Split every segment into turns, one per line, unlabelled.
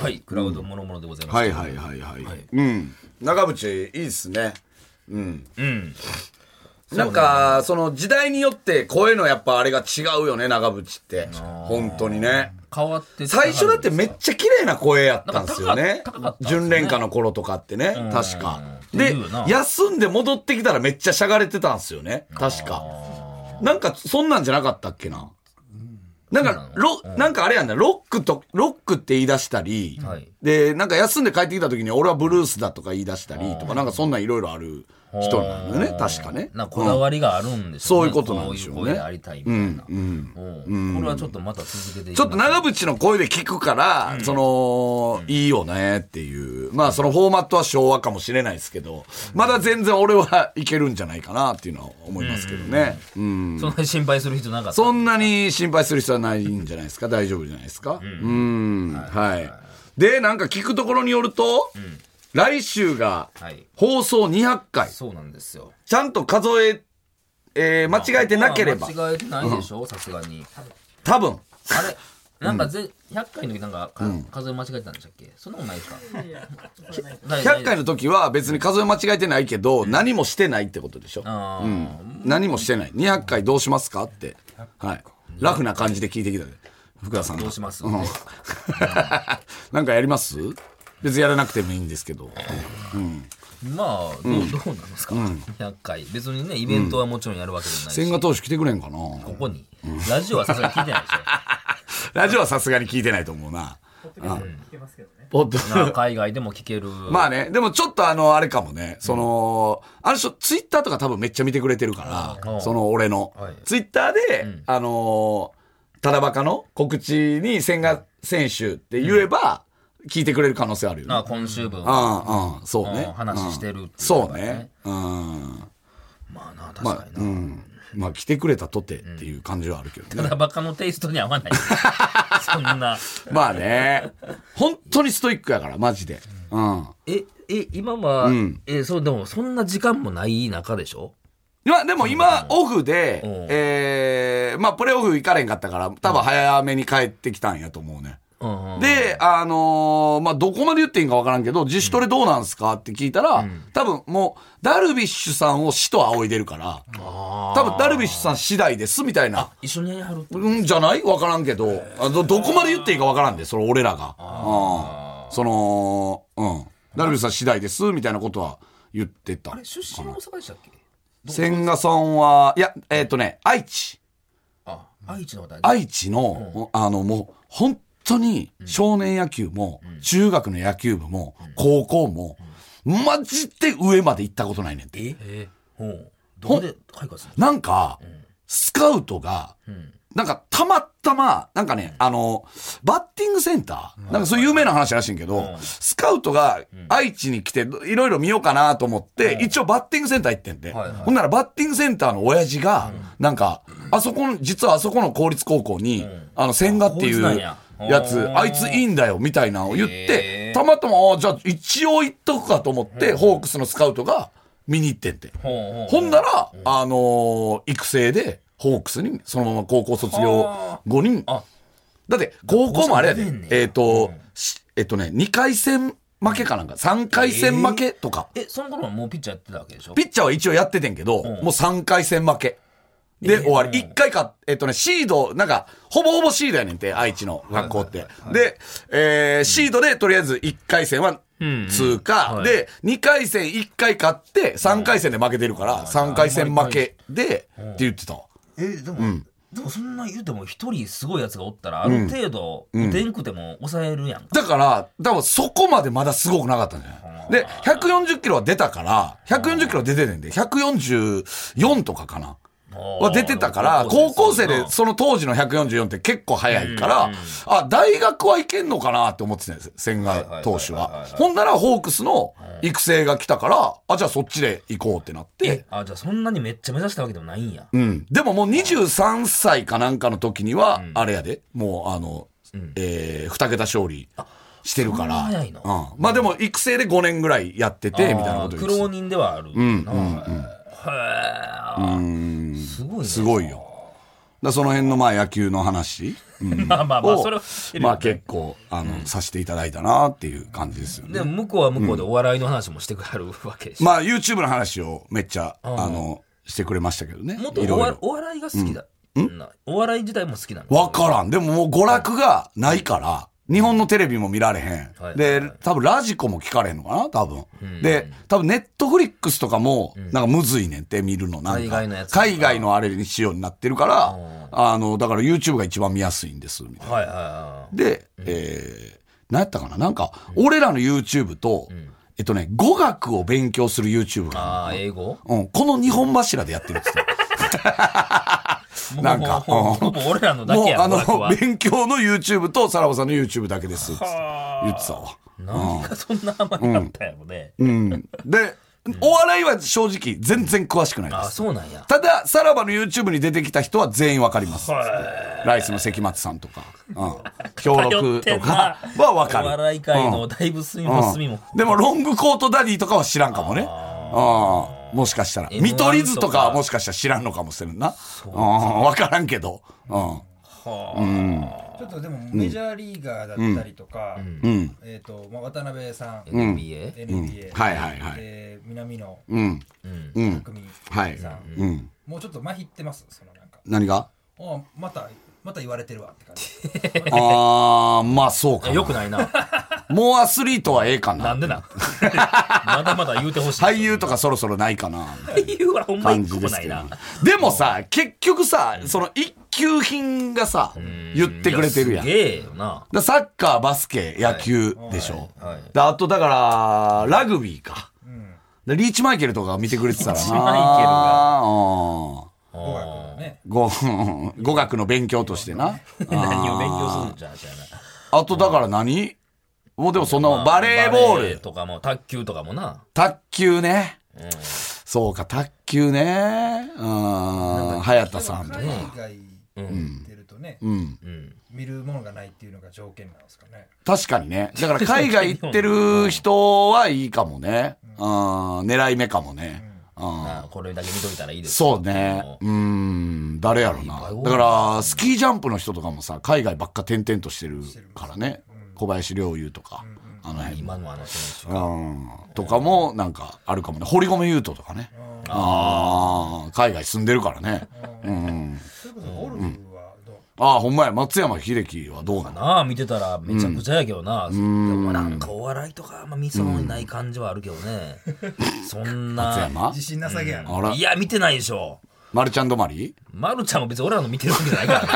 はい、クラウドもろもろでございます。
はいはいはいはい。うん。長渕、いいっすね。うん。なんか、その時代によって声のやっぱあれが違うよね、長渕って。本当にね。
変わって
最初だってめっちゃ綺麗な声やったんですよね
なんか高かっ。た
純恋歌の頃とかってね、確か。
って
で
いうな、
休んで戻ってきたらめっちゃしゃがれてたんですよね、確か。なんか、そんなんじゃなかったっけな。なんか、ロ、なんかあれやんだ、ロックと、ロックって言い出したり
はい、
で、なんか休んで帰ってきた時に俺はブルースだとか言い出したりとか、なんかそんなんいろいろある人なんだよね、確かね。
なんかこだわりがあるんでしょ
そういうことなんでしょうね
こういう声でありたいみたいな。うんこれはちょっとまた続けていき
ち
ま
ょ
す
っと長渕の声で聞くから、その、いいよねっていう。まあそのフォーマットは昭和かもしれないですけど、まだ全然俺はいけるんじゃないかなっていうのは思いますけどね。うん。
そんなに心配する人なかった。
そんなに心配する必要はないんじゃないですか大丈夫じゃないですかうん。はい。で、なんか聞くところによると、来週が
はい
放送200回。
そうなんですよ。
ちゃんと数え、えー間違えてなければ、
間違えてないでしょ、さすがに。
多分。
あれなんかぜ、100回の時なんかか数え間違えてたんでしたっけそんなことないですかないない
100回の時は別に数え間違えてないけど、何もしてないってことでしょ
あー
何もしてない。200回どうしますかって。はい。ラフな感じで聞いてきたで。福田さんが
どうします、
なんかやります別にやらなくてもいいんですけど。
まあどう,、どうなんですか、100回別にねイベントはもちろんやるわけじゃないし、
千賀
こ
投手来てくれんかな
こにラジオはさすがに聞いてないでし
ラジオはさすがに聞いてないと思うな。ポッドキャスト
ょ
聞けますけどね。
なあ海外でも聞け る
まあね、でもちょっとあの、あれかもね、その、あの人、ツイッターとか多分めっちゃ見てくれてるから、
うん
その俺の。
はい
ツイッターで、あのー、ただバカの告知に千賀選手って言えば、聞いてくれる可能性あるよ
なあ
ね。
今週分
う
は
ん、うん、そうね
う。ん話してるっていうのがね
うんそうね。うん。
まあな確
ま
か
あ、
にな、
うん。まあ、来てくれたとてっていう感じはあるけどね。
ただバカのテイストに合わ ないそんな
まあね。本当にストイックやから、マジで。うん。
ええ今は、えそうでもそんな時間もない中でしょ
まあでも今、オフで
ん、
えー、まあプレーオフ行かれんかったから、多分早めに帰ってきたんやと思うね。
うんうん
で、あのーまあどこまで言っていいんかわからんけど、自主トレどうなんすかって聞いたら、多分もう、ダルビッシュさんを死と仰いでるから、
あ
多分ダルビッシュさん次第です、みたいな
あ。一緒にやりはるって
うんじゃないわからんけど、あど、どこまで言っていいかわからんで、それ俺らが。うん。その、うん。ダルビッシュさん次第です、みたいなことは言ってた。
あれ出身は大阪でしたっけ
千賀さんは、いや、えっ、とね、愛知。
あ愛知の方
愛知の、あの、もう、本当に、少年野球も、中学の野球部も、高校も、マジで上まで行ったことないねんって。
ええほうどこで開花するの
なんか、スカウトが、なんか、たまたま、なんかね、あの、バッティングセンター、なんかそういう有名な話らしいんけど、スカウトが愛知に来て、いろいろ見ようかなと思って、一応バッティングセンター行ってんで、
はいはい
ほんならバッティングセンターの親父が、なんか、あそこの、実はあそこの公立高校に、あの、千賀ってい
あ公立なん
う
や
やつ、
おー
あいついいんだよ、みたいなのを言っ
へ
て
ー、
たまたま、あーじゃあ一応行っとくかと思って、ホークスのスカウトが見に行ってんて。
ほうほ
ほ
う
んなら、あのー育成で、ホークスに、そのまま高校卒業
は
後に、
あ
だって、高校もあれやで
高校も出てんね、や
えっ、と、しえっ、とね、2回戦負けかなんか、3回戦負けとか、
えその頃はもうピッチャーやってたわけでしょ
ピッチャーは一応やっててんけど、もう3回戦負け。で、終わり。1回か、えっ、とね、シード、なんか、ほぼほぼシードやねんて、愛知の学校って。で、えーシードで、とりあえず1回戦は、通過、
はい
で、2回戦1回勝って、3回戦で負けてるから、3回戦負けで、って言ってたわ。
えでも、でもそんな言うても一人すごいやつがおったらある程度打てんくても抑えるやんか、
だから、多分そこまでまだすごくなかったんじゃないで、140キロは出たから、140キロは出てねんで、144とかかな。は出てたから、高校生でその当時の144って結構早いから、あ、大学はいけんのかなって思ってたんです千賀投手
はいはいは
は
いはい。
ほんならホークスの育成が来たから、あ、じゃあそっちで行こうってなって。
あじゃあそんなにめっちゃ目指したわけでもないんや、
うん。でももう23歳かなんかの時には、あれやで、もうあの、えー、二桁勝利してるから。
そんな早いの
うん。まあでも育成で5年ぐらいやってて、みたいなこと言
苦
って
労
た
人ではあるうんうんへえすごいね
すごいよ。だその辺のまあ野球の話、うん
まあまあまあ、
を
それを、
まあ結構あの、させていただいたなっていう感じですよね
で。も向こうは向こうでお笑いの話もしてくれるわけでしょ、
まあ YouTube の話をめっちゃ、あのしてくれましたけどね
もっ。と
い
お
ろい
わ
ろ。
お笑いが好きだ、なお笑い自体も好きなの
わからん。でももう娯楽がないから、日本のテレビも見られへ
はい
ん。で、多分ラジコも聞かれへんのかな多分。で、多分ネットフリックスとかも、なんかむずいねんって見るの。なんか
海外のやつとか
海外のあれにしようになってるから、あの、だから YouTube が一番見やすいんです、みたいな。
はいはいはい
で、えー、何やったかななんか、俺らの YouTube と、えっとね、語学を勉強する YouTube があ
ああ英語
る、うん、この日本柱でやってるんですよ。なんか
もう
うん
ほぼ俺らの だ
もう、
けやろ
あの
楽は、
勉強の YouTube と、さらばさんの YouTube だけですって言ってたわ。
何がそんな甘かったやろね、
うん。で、お笑いは正直、全然詳しくないで
あ
す。
そうなんや
ただ、さらばの YouTube に出てきた人は全員わかります。ライスの関松さんとか、 うん。協
偏
力
って
と
ん
か
な
はわか
お
る。
笑い界
う
の
ん
だいぶ隅も隅も、
でも、ロングコートダディとかは知らんかもね。ああもしかしたら。
M1
見取り図とかはもしかしたら知らんのかもしれんな。うんわからんけど。うん。
ちょっとでもメジャーリーガーだったりとか、えっ、と、まあ、渡辺さん、
NBA、
NBA、
はいはいはい
で南野
うん。
拓実
はい
さ。ん、
うん。
もうちょっとまひってます、そのなんか。
何が
あまた、また言われてるわって感じ。
あー、まあそうか
あ
な。
よくないな。
もうアスリートはええかな。
なんで な。まだまだ言うてほしい。
俳優とかそろそろないかな。
俳優はほんま
感
一個
じ
も
で
な
す
い
けど
な
ね。。でもさ、結局さ、その一級品がさ、言ってくれてるやん。
い
だか
すげえよな。
らサッカー、バスケ、野球でしょ。
はい。
であとだから、ラグビーか。でリーチマイケルとか見てくれてたらな。
リーチマイ
う
ケルが
語学のね。
んご語 学の勉強としてな。
何を勉強するんじゃん、じゃあ
あとだから何もうでもそんなも
な。
ん、バレーボー
バレ
ル、
とかも、卓球とかもな。
卓球ね。そうか、卓球ね。うん、早田さんと
海
か。
外行ってるとね、
うん。
見るものがないっていうのが条件なんですかね。
確かにね。だから海外行ってる人はいいかもね。うん、狙い目かもね。うん。
あこれだけ見といたらいいです。
そうね。うーん、誰やろな。だから、スキージャンプの人とかもさ、海外ばっか転々としてるからね。小林陵侑とか、あの辺。
今のあの選手。
うん、とかも、なんか、あるかもね。堀米雄斗とかね。ああ、海外住んでるからね。うん。
それこそゴルフはどう、
ああ、ほんまや、松山英樹はどうなの
なあ、見てたらめちゃくちゃやけどな。でもなんかお笑いとか、まあ見そうにない感じはあるけどね。そん
松
な。
山
自信なさげやな。
あら
い、や、見てないでしょ。
マルちゃん止まり
まるちゃんも別に俺らの見てるわけじゃな いからね。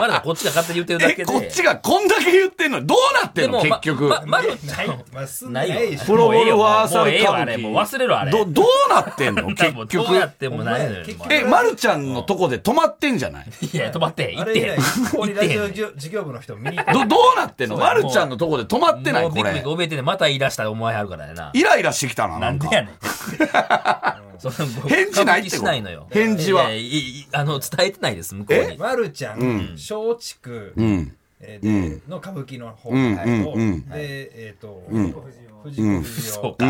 まるちゃんこっちが勝手に言ってるだ
え、
けで。
こっちがこんだけ言ってんのにどうなってんの
でもま
結局。
ままるちゃん
まあ、すん
な
ないい
よ
でしょ。
プロゴルファー
も
サ
う
ル
ええ
歌
よ
舞
あれ
伎
もう忘れろあれ
ど、どうなって んの結
もうど
局
う。やってもないのよ
結
もう
局
え、まるちゃんのとこで止まってんじゃない
いや止まって
あ
行っ
れ以
て
来、ここにラジオ事業部の人見に行く。
ど、どうなってんの
そうや
まるちゃんのとこで止まってない
もう
こ
ビクビ
れ
ク。怯えてねまた言い出したらお前あるからやな
イライラしてきたな、な
なんん
か
で。やねんその
返事ないってこと
歌舞伎しないのよ
返事はい
やいやいいあの伝えてないです向こうに
まるちゃん、松竹、
うん。
えーでの歌舞伎の方と、
んうん
で、えっ、と、藤子不二雄
そうか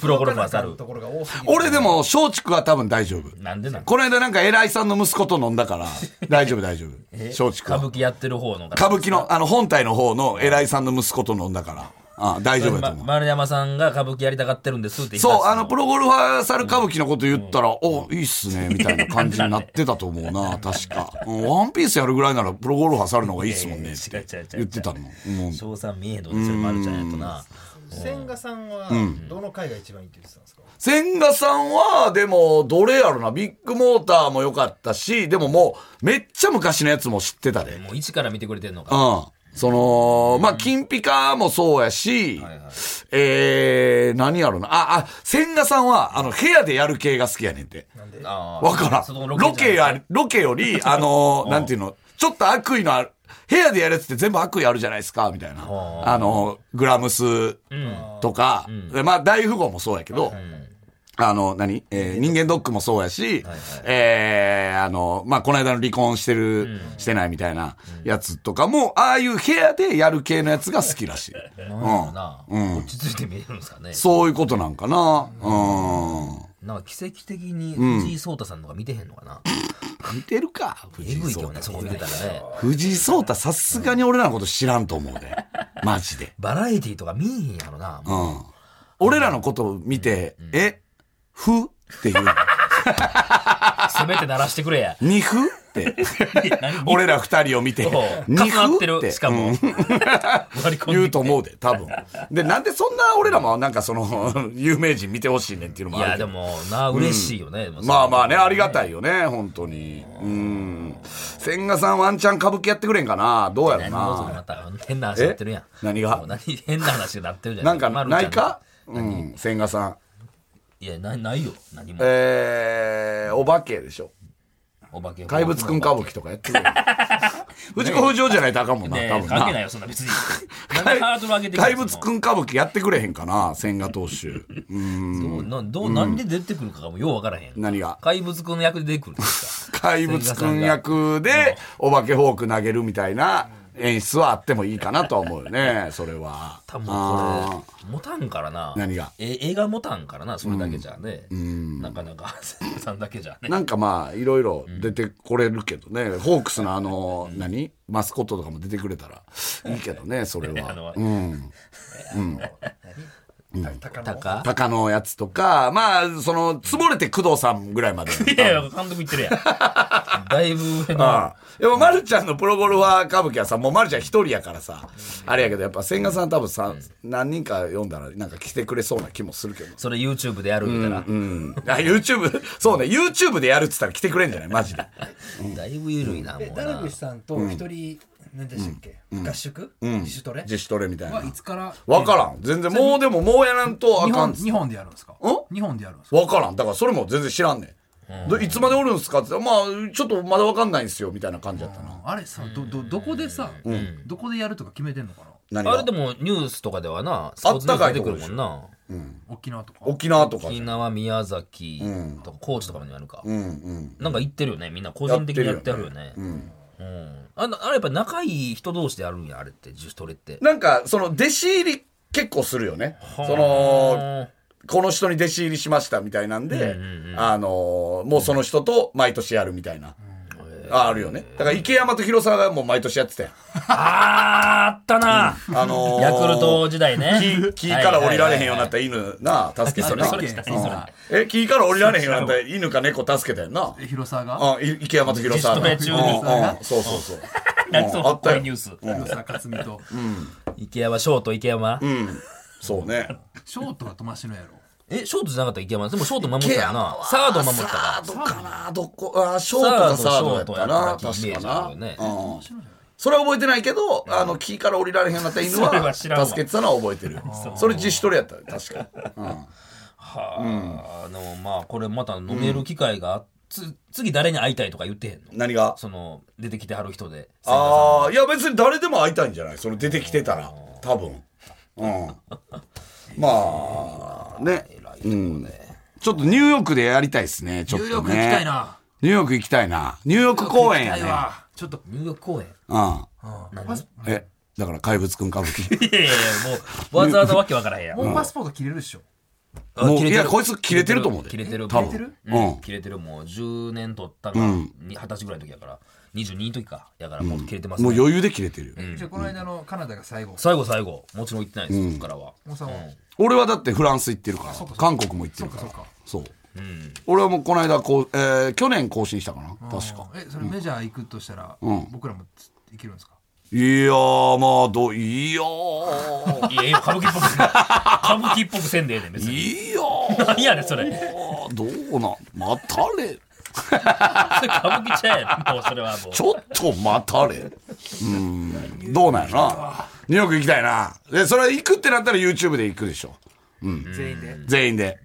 プロゴルファーたる
ところが多すぎる
俺でも、松竹は多分大丈夫。
なんでなん
この間なんか偉いさんの息子と飲んだ から、大丈夫大丈夫。松竹
歌舞
は。
伎やってる方の
歌舞伎の、あの、本体の方の偉いさんの息子と飲んだから。あ大丈夫だと
ま
思う。
丸山さんが歌舞伎やりたがってるんですって言い出す
そう、あの、プロゴルファー猿歌舞伎のこと言ったら、お、いいっすね、みたいな感じになってたと思 うな、確か。うんワンピースやるぐらいなら、プロゴルファー猿の方がいいっすもんね、っ
いやい
て
や違う違う違う
言ってたの。うん
賞賛見えへんとねそれ丸ちゃんやとな
千賀さんは、どの回が一番いいって言ってたんですか、
千賀さんは、でも、どれやろな、ビッグモーターも良かったし、でももう、めっちゃ昔のやつも知ってたで。うん。
もう一から見てくれてんのか
その、まあ、金ピカもそうやし、えー、何やろな。あ、あ、千賀さんは、あの、部屋でやる系が好きやねんて。
なんで
あー
わから
そ
ん。
の
ロケ
じゃなく
や、ロケより、あのー、なんていうの、ちょっと悪意のある、部屋でやるやつって全部悪意あるじゃないですか、みたいな。あのー、グラムスとか、まあ、大富豪もそうやけど、あの、何えー人間ドックもそうやし、えーあの、まあ、この間の離婚してる、してないみたいなやつとかも、ああいう部屋でやる系のやつが好きら しい。
なんやろな落ち着いて見えるんですかね
そういうことなんかな。うん。
なんか奇跡的に藤井聡太さんとか見てへんのかな、
見てるか藤井
えぐいけ
聡
どね
太
そこ見てたらね
藤井聡太さすがに俺らのこと知らんと思う でマジで
バラエティーとか見えへんやろな、
う
もうん
俺らのことを見て「えふ?」って言う
せめて鳴らしてくれや
「にふ?」って俺ら二人を見て
そう
「
重
に
な
ふ?」
って
っ
る
て
しか も、
うん
割り込んで
言うと思うで多分でなんでそんな俺らもなんかその 有名人見てほしいねんっていうの
い
もあ
や
るけ
で
ど
もな嬉しいよね、もう
まあまあねありがたいよね本当にうん千賀さんワンチャン歌舞伎やってくれんかなどうやろ
何もそれま
な
た変な話になってるやん
え何が
もう 何変な話になってるじゃ
なん
いで
か
すまるちゃ
ないかうん千賀さん
いやないないよ何も
えー、お化けでしょ
お化け
怪物くん歌舞伎とかや ってくれ藤子不二雄じゃないとあかんもんな
ねえ
多分
関係ない
な
よそん な別になんでハードル上げて
怪物く
ん
ん歌舞伎やってくれへんかな千賀投手うん
どうなどう何で出てくるかがもうよう分からへん
何が
怪物くんの役で出てくるんですか
怪物くん役でお化けフォーク投げるみたいな演出はあってもいいかなとは思うよ ねそれは
多分
あ
これ持たんからな
何が
え映画持たんからなそれだけじゃね、なかなか 千賀さんだけじゃ
ー
ね
なんかまあいろいろ出てこれるけどね、ホークスのあの何マスコットとかも出てくれたらいいけどねそれ
あ
は
の、
うん
高
た
野
か
鷹のやつとかまあそのつぼれて工藤さんぐらいま で
いやいや監督言ってる やんだいぶ上の
ああでも、まるちゃんのプロゴルファー歌舞伎はさ、もうまるちゃん一人やからさ、あれやけど、やっぱ千賀さん多分さ、何人か読んだら、なんか来てくれそうな気もするけど。
それ YouTube でやるみたいな、
うん。あ、YouTube、そうね、YouTube でやるっつったら来てくれんじゃないマジで。
だいぶ緩いな、
え
もう
ダルビ
な
ッシュさんと一人、何でしたっけ、合宿、自主トレ
自主トレみたいな
は。いつから
わからん。全然、もうでも、もうやらんとあ
日
かん
本
っつ。
日本でやるんですか
ん
日本でやるんですか
わからん。だから、それも全然知らんねん。でいつまでおるんすかって言ったらまあ、ちょっとまだわかんないんすよ、みたいな感じだったな。
あれさどどどこでさ、どこでやるとか決めてんのかな
何
あ
が
れでもニュースとかではなスポーツニュース出てくるもんな
沖縄とか
沖縄とかじ
沖
ゃん。
縄宮崎とか高知とかにあるか、
うんうん。
なんか行ってるよねみんな個人的にやってあるよねうん、あのあれやっぱ仲いい人同士でやるんやあれって自主トレって
なんか、その、弟子入り結構するよね。その、 この人に弟子入りしましたみたいなんで、あのーもうその人と毎年やるみたいな。ああるよね。だから池山と広沢がもう毎年やってたやん。
あーあったな、
あのー
ヤクルト時代ね
木木から降りられへんようになったた犬な、助けたよ
それ
な。
それそれそれ
うんえ、木から降りられへんようになった犬か猫助けたよな。
え広沢が
うん、い池山と広沢が。
自主トレ中に
うんうんそう そうそう。う
何
ん
そ
あ
の
っ
こ
た
ういう
よ
ニュ。ース
広沢克美 と、
池山ショート池山、
うん。そうね。
ショートが友達のやろ
えショートじゃなかった池山でもショート守ってたよなサード守ってた
サ
か
ードかなどこ、あー、ショートかサードやったな。
サードショ
確
ートやった気がす
か
る
な
ね。
うんそれは覚えてないけど、あの、木から降りられへんようになった犬
それは
は、
知らんわ
助けてたのは覚えてる。それ自主トレやったね、確か。うん
はあ、あのまあこれまた飲める機会が、つ次誰に会いたいとか言ってへんの
何が
その出てきてはる人で
ああ、いや別に誰でも会いたいんじゃないその出てきてたら、多分。うん。まあ、ね。うん。ちょっとニューヨークでやりたいですね、ちょっと、
ニ
ね。
ューヨーク行きたいな。
ニューヨーク行きたいな。ニューヨーク公演やね
い。やちょっと
ニューヨーク公演
うん。
何
え、だから怪物くん歌舞伎。
いやいやいやもう わざわざわけわからへんやん
もうパスポート切れるでしょ、
あ
もう
切れてる
いやこいつ切れてると思うで
切れてる
多分
切れてる
うん
うん切れてるもう10年取ったのがに二十歳ぐらいの時やから22の時かやからもう切れてます、ね
もう余裕で切れてるよ。
じゃあこの間のカナダが最後
最後最後もちろん行ってないです、ここからは
もうさ、
俺はだってフランス行ってるから、韓国も行ってるから。そう俺はもうこの間こう、えー去年更新したかな確か。
えそれメジャー行くとしたら、僕らもつ行けるんですか
いやー、まあ、どう、いや ー。
いやいや歌舞伎っぽくせん歌舞伎っぽくせんでええねん別に
いやー。
何やねん それ
どうなん待たれ。
それ歌舞伎ちゃうやんもうそれはもう
ちょっと待たれ。うーん。どうなんやろな。ニューヨーク行きたいな。で、それ行くってなったら YouTube で行くでしょ。
全員で
全員で。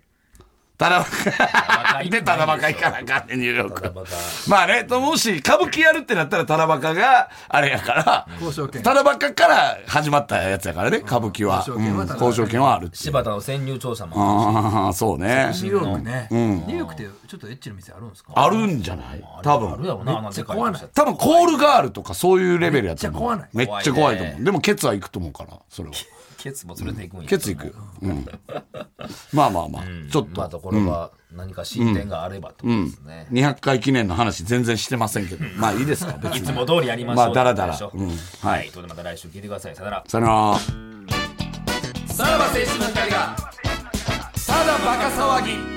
ただ、
バカ行く
で、ただばか行かなあかんねん、ニューヨー
ただバ
ク
カ。
まあね、ともし、歌舞伎やるってなったら、ただばかが、あれやから、
交渉権
ただばかから始まったやつやからね、歌舞伎は。
交渉権は
うん
ただばか
交渉権はあるっていう。
柴田の潜入調査も
ああ、そうね。
ニューヨークね、ニューヨークってちょっとエッチな店あるんですか
あるんじゃない多
ある
分。
やろな、あの世界の人
多分、コールガールとかそういうレベルやと思う。
めっちゃ怖ない
めっちゃ怖いと
怖い
思う。でも、ケツは行くと思うから、それは。
ケツも連れていくんや。
ケツいく。うん。まあまあまあ
うん。、
ちょっと。
またこれは何か進展があればってことですね。
200回記念の話全然してませんけど。まあいいですか、別
いつ
に。
も通りやりましょう。
まあだらだら
ということ
うん
でしょ
はい
はい。ということでまた来週聞いてください。さよなら。
さよなら。
さらば青春の光が、ただバカ騒ぎ。